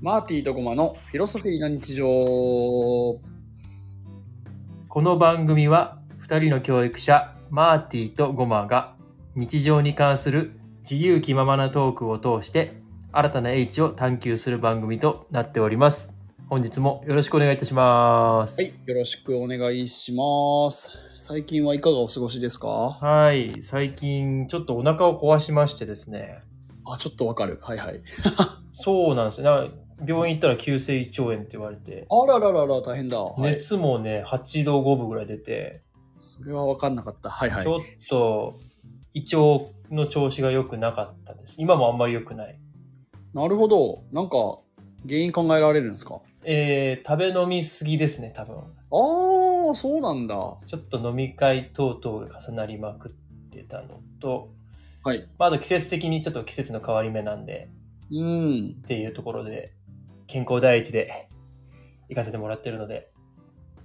マーティーとゴマのフィロソフィーの日常この番組は2人の教育者マーティとゴマが日常に関する自由気ままなトークを通して新たな H を探求する番組となっております本日もよろしくお願いいたしますはいよろしくお願いします最近はいかがお過ごしですかはい、最近ちょっとお腹を壊しましてですねあちょっとわかるはいはいそうなんですよなんか病院行ったら急性胃腸炎って言われてあらららら大変だ、はい、熱もね8度5分ぐらい出て、それはわかんなかったはいはちょいっと胃腸の調子が良くなかったです今もあんまり良くないなるほどなんか原因考えられるんですかえー、食べ飲みすぎですね多分ああそうなんだはちょっと飲み会等々が重なりまくってたのと、いまあ、あと季節的にちょっと季節の変わり目なんでうんっていうところで健康第一で 行かせてもらってるので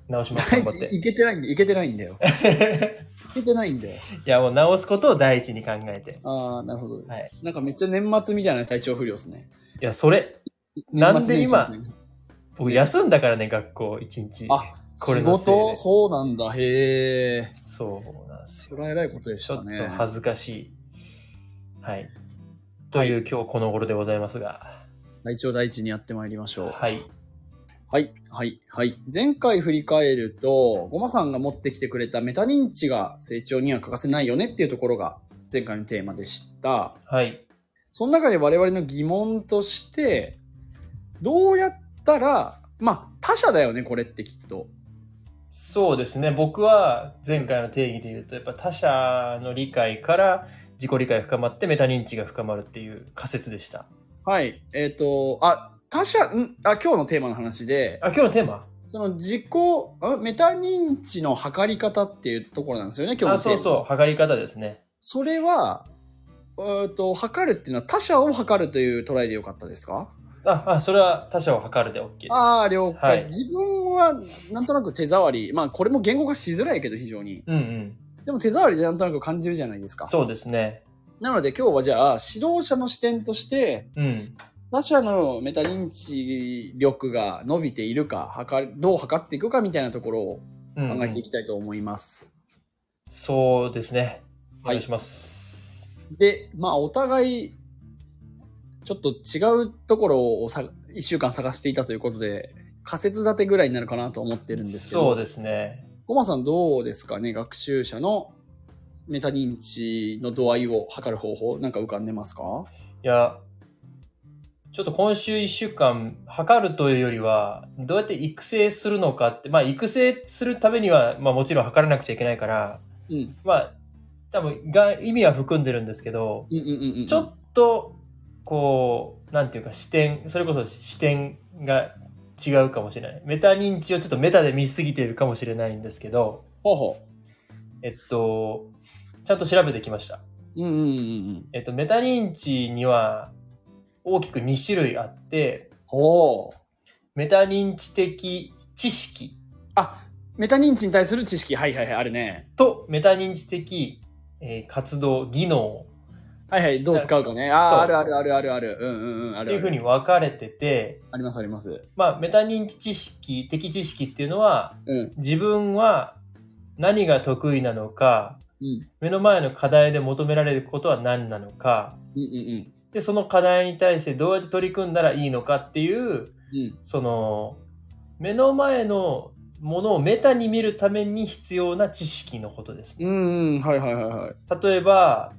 直します第頑張っ一ていけてないんでいけてないんだ よいけてないんだよいやもう直すことを第一に考えてああなるほど、はいなんかめっちゃ年末みたいな体調不良ですねいやそれなん年末で年始みた今いな僕休んだからね学校一日あ、これ仕のせいで事そうなんだ。へえ。そうなんですそよれは偉いことでしちょたっとね。恥ずかしい。はい。という今日この頃でございますが。体調第一にやってまいりましょう。はい。はい、はい、はい。前回振り返ると、ごまさんが持ってきてくれたメタ認知が成長には欠かせないよねっていうところが前回のテーマでした。はい。その中で我々の疑問として、どうやったら、まあ他者だよね、これってきっと。そうですね。僕は前回の定義で言うと、やっぱ他者の理解から自己理解が深まってメタ認知が深まるっていう仮説でした。はい、えっ、と、あ、他者、んあ、今日のテーマの話で、あ、今日のテーマその自己んメタ認知の測り方っていうところなんですよね今日のあ、そううそう。測り方ですね。それはえーと測るっていうのは他者を測るというトライでよかったですかあ、あそれは他者を測るで OK です。ああ了解、はい。自分はなんとなく手触りまあこれも言語化しづらいけど非常にうんうん。でも手触りでなんとなく感じるじゃないですかそうですね。なので今日はじゃあ指導者の視点としてうん。他者のメタ認知力が伸びているか測るどう測っていくかみたいなところをうんうん考えていきたいと思います、そうですね。おはい願いします。で、まあ、お互い、ちょっと違うところをさ1週間探していたということで、仮説立てぐらいになるかなと思ってるんですけど、そうですね。ゴマさんどうですかね、学習者のメタ認知の度合いを測る方法、なんか浮かんでますかいや、ちょっと今週1週間、測るというよりは、どうやって育成するのかって、まあ、育成するためには、まあ、もちろん測らなくちゃいけないから、うん。まあ、多分が意味は含んでるんですけど、うんうんうんうん。ちょっと、こう、なんていうか、視点、それこそ視点が違うかもしれない。メタ認知をちょっとメタで見すぎているかもしれないんですけど、ほうほえっと、ちゃんと調べてきました。う。うんうんうんうん。えっと、メタ認知には大きく2種類あって、ほう。メタ認知的知識あ、メタ認知に対する知識、はいはいはい、あるね。とメタ認知的、えー活動技能はいはい、どう使うかね。あそうあ、あるあるあるあるある。うんうんうん、あっるある。ていうふうに分かれてて、ありますあります。まあ、メタ認知知識的知識っていうのはうん。自分は何が得意なのかうん。目の前の課題で求められることは何なのかうんうんうん。でその課題に対してどうやって取り組んだらいいのかっていううん。その目の前のものをメタに見るために必要な知識のことですね。うんうん、はいはいはいはい。例えば、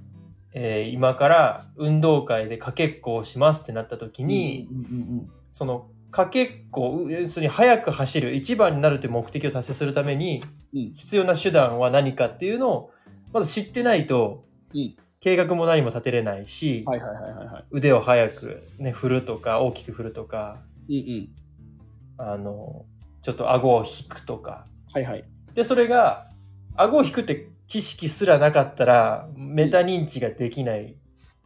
えー今から運動会でかけっこをしますってなった時に、うんうんそのかけっこう要するに速く走る一番になるという目的を達成するためにうん必要な手段は何かっていうのをまず知ってないと、うん計画も何も立てれないし、はいはいはいはいは腕を速く、ね、振るとか大きく振るとかい。うんうん。あのちょっと顎を引くとかはいはい。でそれが顎を引くって知識すらなかったらメタ認知ができない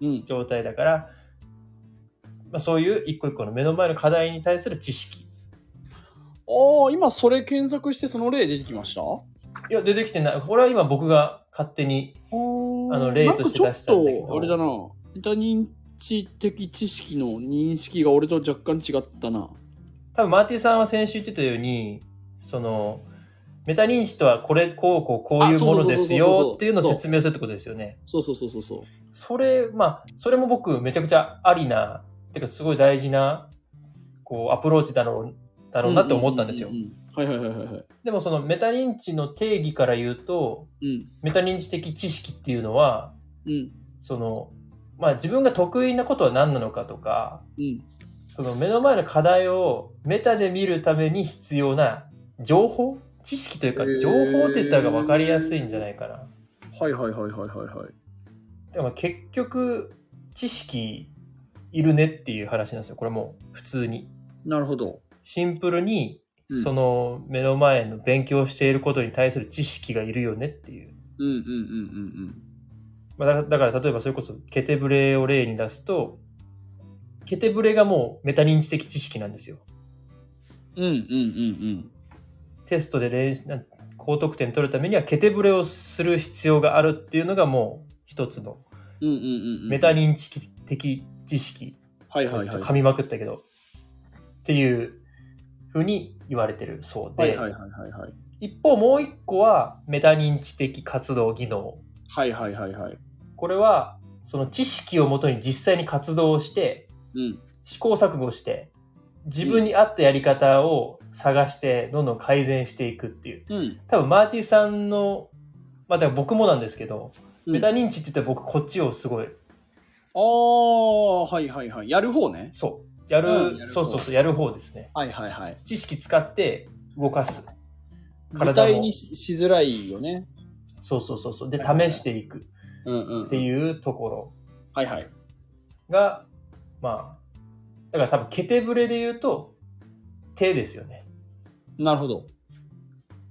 うん。状態だから、まあ、そういう一個一個の目の前の課題に対する知識ああ、今それ検索してその例出てきましたあいや出てきてないこれは今僕が勝手にあのの例として出したんだけどあれだな。メタ認知的知識の認識が俺と若干違ったな。多分マーティさんは先週言ってたようにそのメタ認知とはこれこうこうこういうものですよっていうのを説明するってことですよね。そうそうそうそうそう。それまあそれも僕めちゃくちゃありなてかすごい大事なこうアプローチだろうだろうなって思ったんですよう。うううんはいはいはいはいはい。でもそのメタ認知の定義から言うとうん。メタ認知的知識っていうのはうん。そのまあ自分が得意なことは何なのかとかうん。その目の前の課題をメタで見るために必要な情報知識というかへー情報って言った方が分かりやすいんじゃないかな。はいはいはいはいはいはい。でも結局知識いるねっていう話なんですよこれもう普通に。なるほど。シンプルにうんその目の前の勉強していることに対する知識がいるよねっていう。うんうんうんうんまあ、だだから例えばそれこそケテブレを例に出すとケテブレがもうメタ認知的知識なんですよ。うん。うんうんうんテストで練習なん高得点取るためにはケテブレをする必要があるっていうのがもう一つのうん。うんうんうん。メタ。認知的知識、はいはいちょはっい。と噛みまくったけど、っていうふうに言われてるそうはで、いはいはいはいはい。一方もう一個はメタ認知的活動技能はいはいはいはい。これはその知識をもとに実際に活動をしてうん。試行錯誤して自分に合ったやり方を探してどんどん改善していくっていううん。多分マーティさんのまあだから僕もなんですけど、うんメタ認知って言ったら僕こっちをすごいああ、はいはいはい。やる方ね。そうやる,、うんやる方そうそうそうやる方ですねはいはいはい。知識使って動かす体も具体にししづらいよね。そうそうそうそうではいはいはい試していくうんうん。っていうところはいはい。がまあだから多分ケテブレで言うと手ですよねなるほど。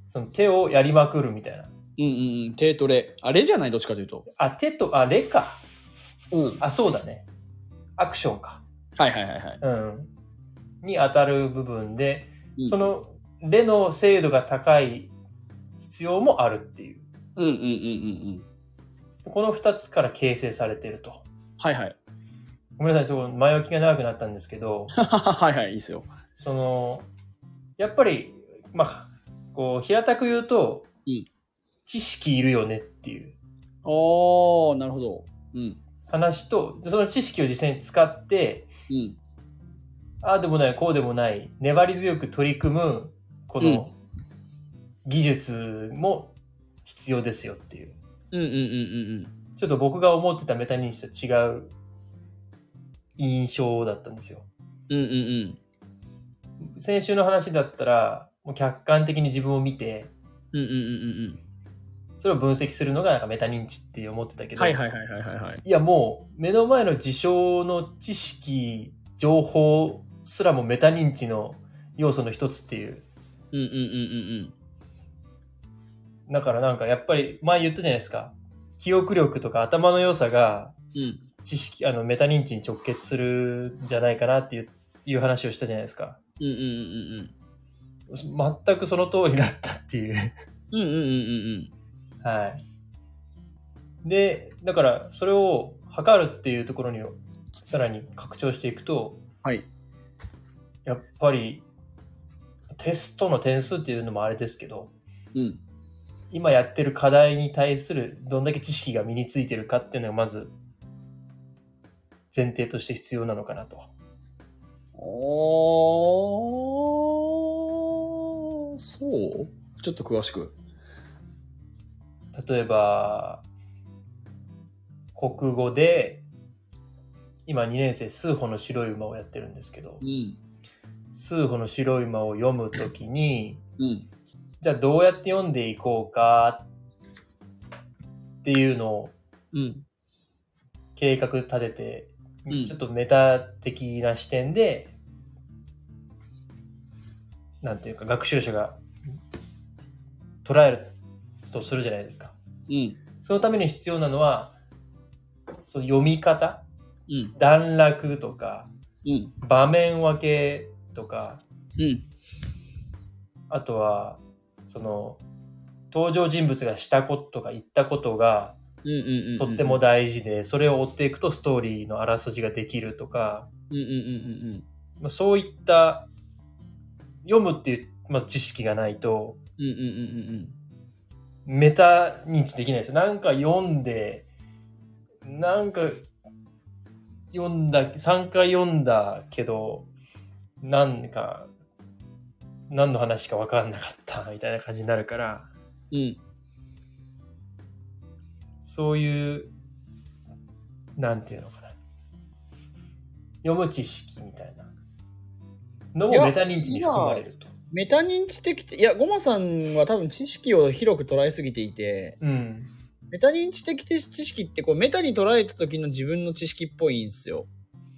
その手をやりまくるみたいなうんうんうん。手トレ。あれじゃないどっちかというと。あ手とあレかうん。あそうだねアクションかはいはいはいはい。うん、に当たる部分で、うんそのレの精度が高い必要もあるっていううんうんうんうんうん。この2つから形成されてるとはいはい。 ごめんなさいちょっと前置きが長くなったんですけどはいはい、いいですよ。そのやっぱりまあこう平たく言うと、うん知識いるよねっていうああ、なるほど。うん。話とその知識を実際に使ってうん。ああでもないこうでもない粘り強く取り組むこうの技術も必要ですよっていううんうんうんうんちょっと僕が思ってたメタ認知と違う印象だったんですよ。うん。うんうん先週の話だったら、もう客観的に自分を見て、うん。うんうんうんうんそれを分析するのがなんかメタ認知って思ってたけど、はいはいはいはいはいはい。いやもう目の前の事象の知識、情報すらもメタ認知の要素の一つっていう。うんうんうんうんだからなんかやっぱり前言ったじゃないですか。記憶力とか頭の良さがうん。うん。知識、あのメタ認知に直結するんじゃないかなっていういう話をしたじゃないですか。うんうんうんうん。全くその通りだったっていう。 うんうんうんうんはい。で、だからそれを測るっていうところにさらに拡張していくと、はい。やっぱりテストの点数っていうのもあれですけど、うん。今やってる課題に対するどんだけ知識が身についてるかっていうのがまず前提として必要なのかなと。おー、そうちょっと詳しく。例えば国語で今2年生数歩の白い馬をやってるんですけどうん。数歩の白い馬を読むときにうん。じゃあどうやって読んでいこうかっていうのをうん。計画立てて、うんちょっとメタ的な視点でなんていうか学習者が捉えるとするじゃないですか。うん。そのために必要なのは、その読み方、うん。段落とか、うん。場面分けとか、うん。あとは、その、登場人物がしたこととか言ったことが、うんうんうん。とっても。大事で、それを追っていくとストーリーのあらすじができるとか、うんうんうんまあ、そういった読むっていう、まあ、知識がないとうん。うんうんうんうんうん。メタ認知できないですよ。なんか読んで、なんか読んだ、3回読んだけど、なんか、何の話か分かんなかったみたいな感じになるから、うんそういう、なんていうのかな。読む知識みたいなのいもやメタ認知に含まれると。メタ認知的ていや、ゴマさんは多分知識を広く捉えすぎていて、うん。メタ認知的知識ってこうメタに捉えた時の自分の知識っぽいんですよ。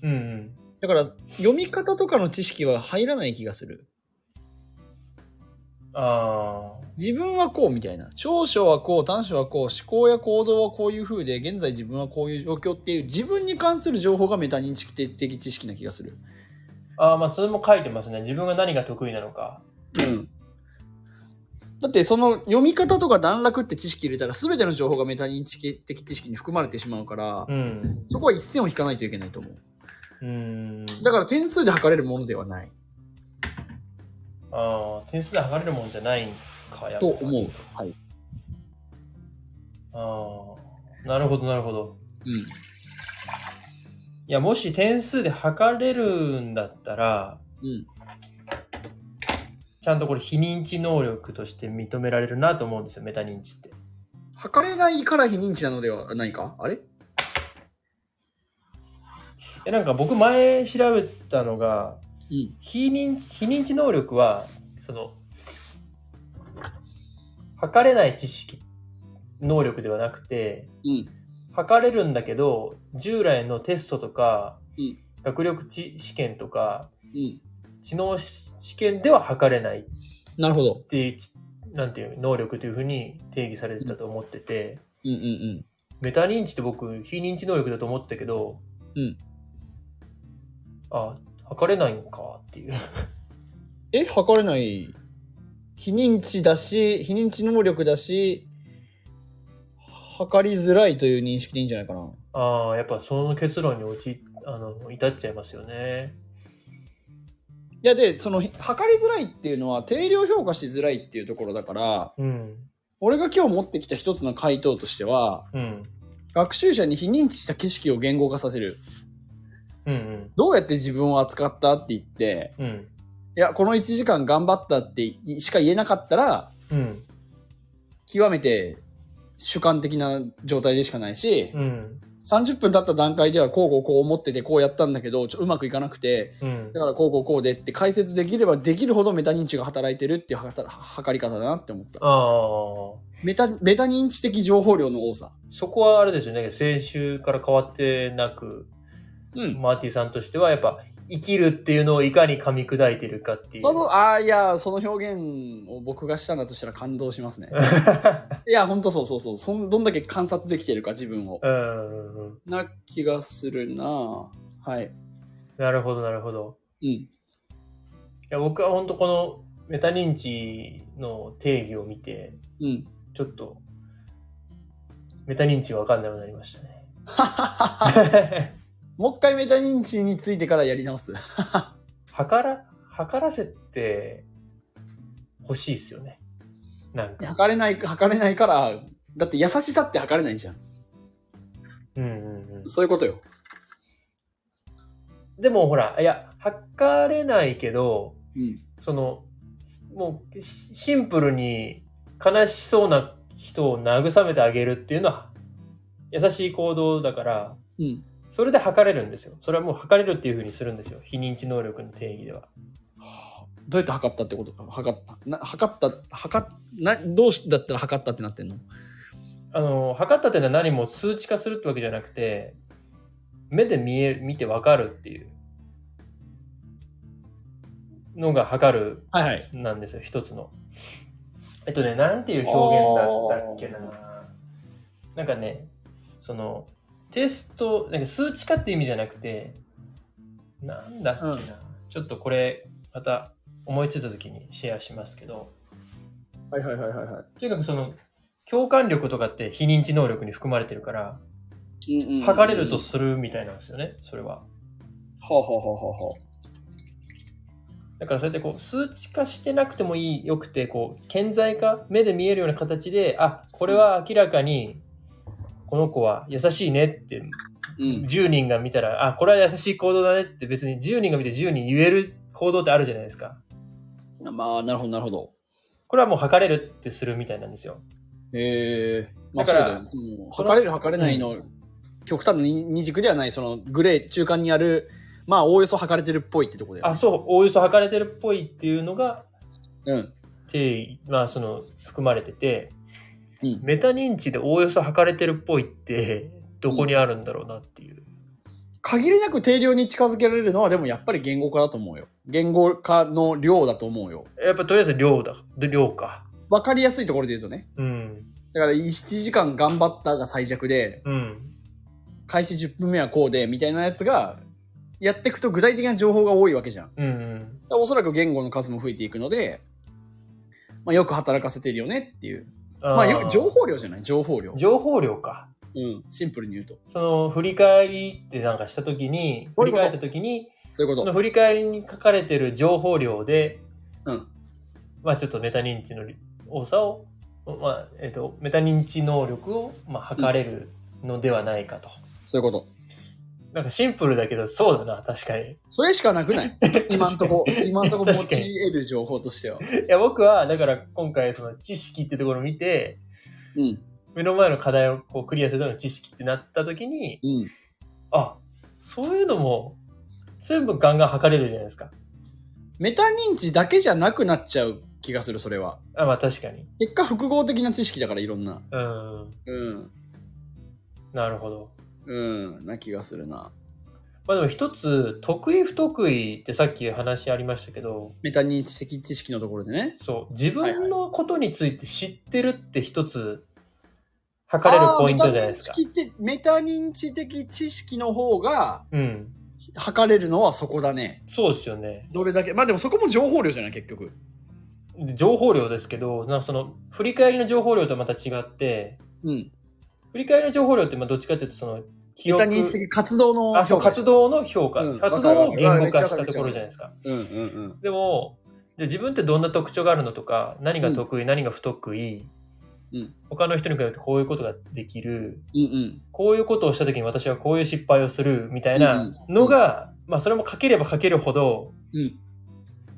うんうん。だから読み方とかの知識は入らない気がする。ああ。自分はこうみたいな。長所はこう、短所はこう、思考や行動はこういう風で、現在自分はこういう状況っていう自分に関する情報がメタ認知的知識な気がする。ああ、まあ、それも書いてますね。自分が何が得意なのか。うん。だってその読み方とか段落って知識入れたら全ての情報がメタ認知的知識に含まれてしまうから、うん。そこは一線を引かないといけないと思う。うん。だから点数で測れるものではない。ああ、点数で測れるもんじゃないんか、やっぱとり思う。はい。ああ、なるほど、なるほど。うん。いや、もし点数で測れるんだったら、うんちゃんとこれ、非認知能力として認められるなと思うんですよ、メタ認知って。測れないから非認知なのではないかあれえ、なんか僕、前調べたのが、うん。非認知、非認知能力は、その、測れない知識、能力ではなくて、うん。測れるんだけど、従来のテストとか、うん学力値試験とか、うん。知能試験では測れないっなるほど。ていう、ちなんていう、能力というふうに定義されてたと思ってて、うんうんうん。メタ認知って僕、非認知能力だと思ったけど、うんあ、測れないんかっていう。え測れない非認知だし非認知能力だし測りづらいという認識でいいんじゃないかなああ、やっぱその結論に陥あの至っちゃいますよね。いやでその測りづらいっていうのは定量評価しづらいっていうところだからうん。俺が今日持ってきた一つの回答としてはうん。学習者に非認知した景色を言語化させるうんうん。どうやって自分を扱ったって言ってうん。いやこの1時間頑張ったっていしか言えなかったらうん。極めて主観的な状態でしかないし、うん。 30分経った段階ではこうこうこう思っててこうやったんだけどちょうまくいかなくてうんだ。からこうこうこうでって解説できればできるほどメタ認知が働いてるっていうはた測り方だなって思ったああ。メタメタ認知的情報量の多さそこはあれですよね、先週から変わってなく、うんマーティさんとしてはやっぱ生きるっていうのをいかに噛み砕いてるかっていう。そうそうああいやその表現を僕がしたんだとしたら感動しますねいやほんとそうそうそうそんどんだけ観察できてるか自分をうんうんうん。な気がするなぁはいなるほど、なるほど。うんいや僕は本当このメタ認知の定義を見て、うんちょっとメタ認知がわかんなくなりましたね。もう一回メタ認知についてからやり直す測ら、測らせて欲しいですよね。なんか。 測れない測れないからだって優しさって測れないじゃんうんうんうん。そういうことよ。でもほら、いや、測れないけど、うん。そのもうシシンプルに悲しそうな人を慰めてあげるっていうのは優しい行動だからうん。それで測れるんですよそれはもう測れるっていうふうにするんですよ非認知能力の定義ではどうやって測ったってことか測った。な測った、測っな、どうしだったら測ったってなってんのあの測ったっていうのは何も数値化するってわけじゃなくて目で見える見て分かるっていうのが測るはいはい。なんですよ一つのえっとねなんていう表現だったっけななんかねそのテストなんか数値化って意味じゃなくてなんだっけな、うんちょっとこれまた思いついた時にシェアしますけどはいはいはいはい。とにかくその共感力とかって非認知能力に含まれてるから、うんうん測れるとするみたいなんですよね、それは。はあ、はあはあはあはだからそうやってこう数値化してなくてもいいよくてこう顕在化目で見えるような形であこれは明らかにこの子は優しいねってあ、うん、 10人が見たらあこれは優しい行動だねって別に10人が見て10人言える行動ってあるじゃないですかまあなるほどなるほどこれはもう測れるってするみたいなんですよええまあそうだからだよねその測れる測れないの、極端な二二軸ではないそのグレー中間にあるまあおおよそ測れてるっぽいってとこだよあねそうおおよそ測れてるっぽいっていうのがうん定義まあその含まれてて、うんメタ認知でおおよそ測れてるっぽいってどこにあるんだろうなっていう、限りなく定量に近づけられるのはでもやっぱり言語化だと思うよ言語化の量だと思うよやっぱとりあえず量だ量かわかりやすいところで言うとねうんだから7時間頑張ったが最弱でうん開始10分目はこうでみたいなやつがやっていくと具体的な情報が多いわけじゃん。だかうんうんらおそらく言語の数も増えていくので、まあ、よく働かせてるよねっていう。あまあ、ーよ情報量じゃない情報量。情報量かうん。シンプルに言うと。その振り返りってなんかした時にこう振いりうこと返った時にそういうこそのと。振り返りに書かれてる情報量で、うんまあちょっとメタ認知の多さを、まあえっとメタ認知能力を、まあ、測れるのではないかと、そういうこと。なんかシンプルだけどそうだな確かにいそれしかなくない 今んとこ、今んとこ用確かにい得る情報としては。や僕はだから今回その知識ってところを見てうん。目の前の課題をこうクリアするための知識ってなった時にうん。あそういうのも全部ガンガン測れるじゃないですかメタ認知だけじゃなくなっちゃう気がする、それは。あまあ確かに結果、複合的な知識だから、いろんな。うんうん。なるほどうん。な気がするな。まあでも一つ得意不得意ってさっき話ありましたけどメタ認知的知識のところでね。そう自分のことについて知ってるって一つ測れるポイントじゃないですかあー。メタ認知的メタ認知的知識の方がうん測れるのはそこだね。そうですよねどれだけ。まあでもそこも情報量じゃない、結局。で情報量ですけどなんかその振り返りの情報量とはまた違ってうん。振り返りの情報量ってまあどっちかというとその記メタ憶認知的活動の。あそう活動。動の評価、うん活動を言語わかるわ化かるしたところじゃないですかうんうんうん。でもじゃあ自分ってどんな特徴があるのとか何が得意、何が不得意、うん他の人に比べてこういうことができるうんうん。こういうことをした時に私はこういう失敗をするみたいなのが、まあそれも書ければ書けるほど、うん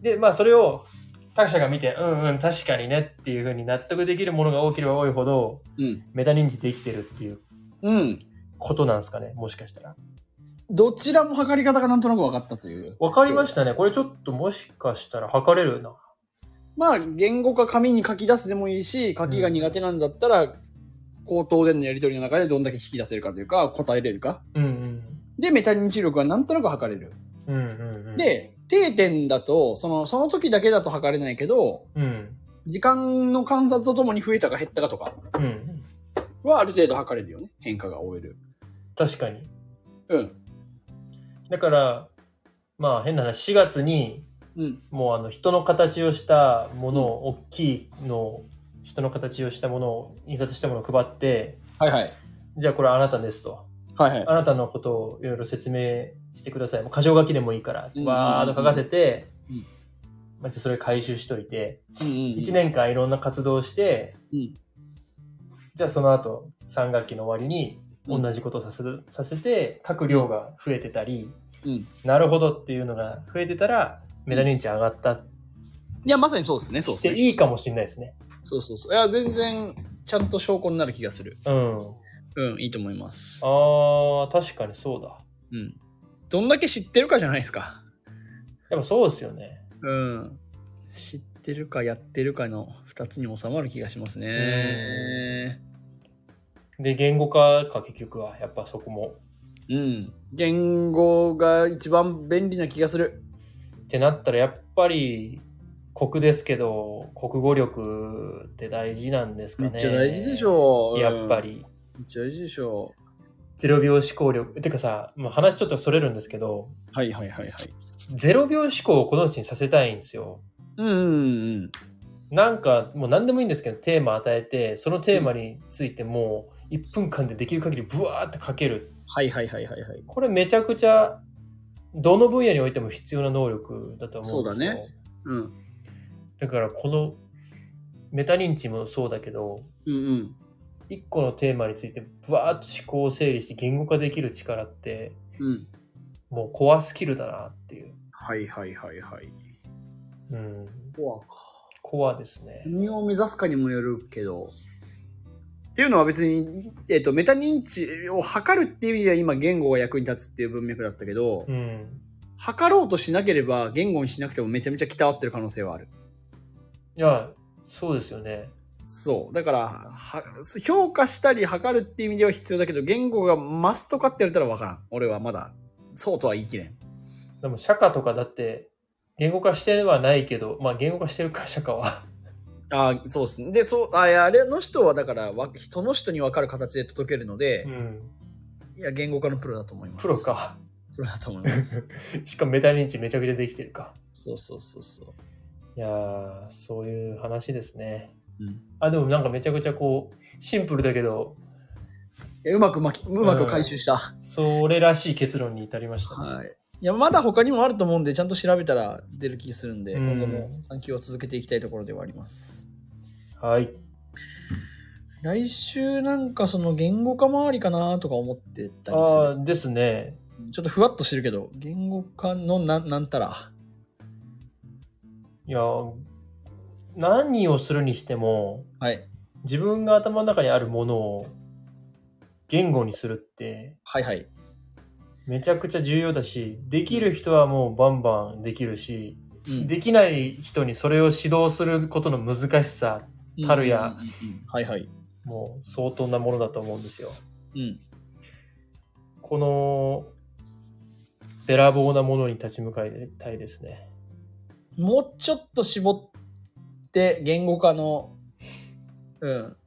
で、まあそれを他者が見て、うんうん、確かにねっていうふうに納得できるものが多ければ多いほど、うん。メタ認知できてるっていううん。ことなんですかね、もしかしたら。どちらも測り方がなんとなく分かったという。わかりましたね。これちょっともしかしたら測れるな。まあ、言語化紙に書き出すでもいいし、書きが苦手なんだったら、口頭でのやり取りの中でどんだけ引き出せるかというか、答えれるか。うんで、メタ認知力はなんとなく測れる。うん。うんうんうん。、で定点だとそのその時だけだと測れないけどうん。時間の観察とともに増えたか減ったかとかうん。はある程度測れるよね変化が終える確かに。うんだから、まあ変な話、4月にうんもうあの人の形をしたものを、大きいのを人の形をしたものを印刷したものを配ってはいはいじゃあこれあなたですとはいあはなたのことをいろいろ説明してくださいもう箇条書きでもいいからうんわーっと書かせて、うんまあ、じゃあそれ回収しといて、い、うんうんうん1年間いろんな活動をしてうんじゃあその後3学期の終わりに同じことをさせ,、させて書く量が増えてたり、うんなるほどっていうのが増えてたらメダリンチ上がったいやまさにそうですねそうしですてねいいかもしれないですね。そうそうそういや全然ちゃんと証拠になる気がするうん。うんいいと思いますああ、確かにそうだ。うんどんだけ知ってるかじゃないですかでもそうですよね。うん知ってるかやってるかの2つに収まる気がしますねで、言語化か、結局は、やっぱそこも。うん言語が一番便利な気がするってなったら、やっぱり、国ですけど、国語力って大事なんですかめね。っちゃ大事でしょう。やっぱうん。り。めっちゃ大事でしょ0秒思考力。てかさ、まあ、話ちょっとそれるんですけど、う。はいはいはいはい。 0秒思考をこの人にさせたいんですよ。うんうんうん。なんかもう何でもいいんですけどテーマ与えてそのテーマについてもう1分間でできる限りブワーって書けるはいはいはいはいはい。これめちゃくちゃどの分野においても必要な能力だと思うんですよそうだねうん。うんだからこのメタ認知もそうだけどうん。 1個のテーマについてブワーっと思考を整理して言語化できる力ってうん。もうコアスキルだなっていう、はいはいはいはい。うん、コアコアですね何を目指すかにもよるけど。っていうのは別に、えっとメタ認知を測るっていう意味では今言語が役に立つっていう文脈だったけど、うん測ろうとしなければ言語にしなくてもめちゃめちゃ来たわってる可能性はある。いやそうですよねそうだからは評価したり測るっていう意味では必要だけど言語がマストかって言われたら分からん俺はまだそうとは言い切れんでも釈迦とかだって言語化してはないけどまあ言語化してるか釈迦はあーそうっすねでそうあいやあれの人はだからわその人に分かる形で届けるのでう、んいや言語化のプロだと思いますプロかプロだと思います しかもメタ認知めちゃくちゃできてるかそうそうそうそういやーそういう話ですね、うんあでもなんかめちゃくちゃこうシンプルだけどいやうまくまきうまく回収した、それらしい結論に至りましたね、はいいやまだ他にもあると思うんでちゃんと調べたら出る気するんで、うん今後も探求を続けていきたいところではありますはい来週なんかその言語化周りかなとか思ってたりすあるーですねちょっとふわっとしてるけど言語化のなんなんたらいや何をするにしてもはい自分が頭の中にあるものを言語にするってはいはいめちゃくちゃ重要だしできる人はもうバンバンできるしうんできない人にそれを指導することの難しさたるやうんうんうんうんはいはいもう相当なものだと思うんですよ。うんこのべらぼうなものに立ち向かいたいですね。もうちょっと絞って言語化のうん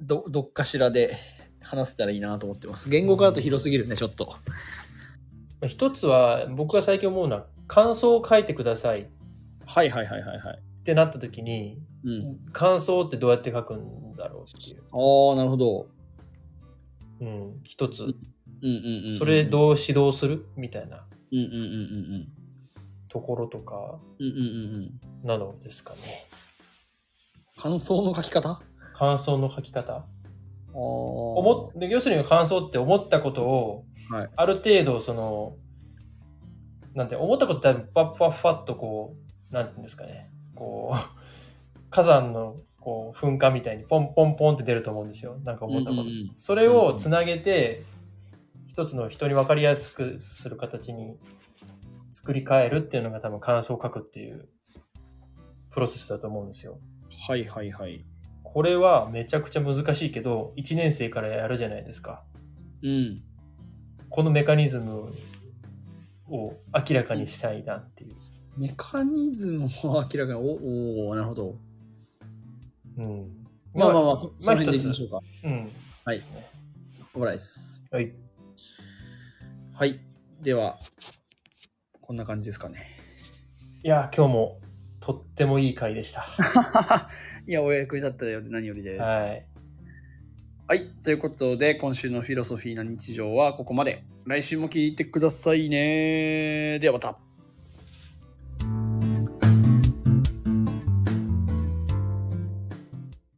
どどっかしらで話せたらいいなと思ってます言語化だと広すぎるねちょっとまあ一つは僕が最近思うのは感想を書いてくださいっはいはいはいはいはいてなった時にうん感想ってどうやって書くんだろうっていう、ああなるほどうん、一つうんうんうんそれどう指導するみたいなうんうんうんうんところとかうんうんうんうんなのですかね感想の書き方感想の書き方思思っ要するに感想って思ったことをはいある程度そのなんて思ったことってパッパッパッとこうなんていうんですかねこう 火山のこう噴火みたいにポンポンポンって出ると思うんですよなんか思ったことうんうんうんそれをつなげて一つの人に分かりやすくする形に作り変えるっていうのが多分感想を書くっていうプロセスだと思うんですよ。はいはいはい。これはめちゃくちゃ難しいけど1年生からやるじゃないですか。うん。このメカニズムを明らかにしたいなっていう。メカニズムは明らかに、おおーなるほど。うん、まあまあまあ、そそまあの辺で一いきまつしょ。うか。うん、はいですねオムライス。はい。はい。では、こんな感じですかね。いや今日もとってもいい回でした。 いや、お役に立ったようで何よりです。はい。ということで、今週のフィロソフィーな日常はここまで。来週も聞いてくださいね。ではまた。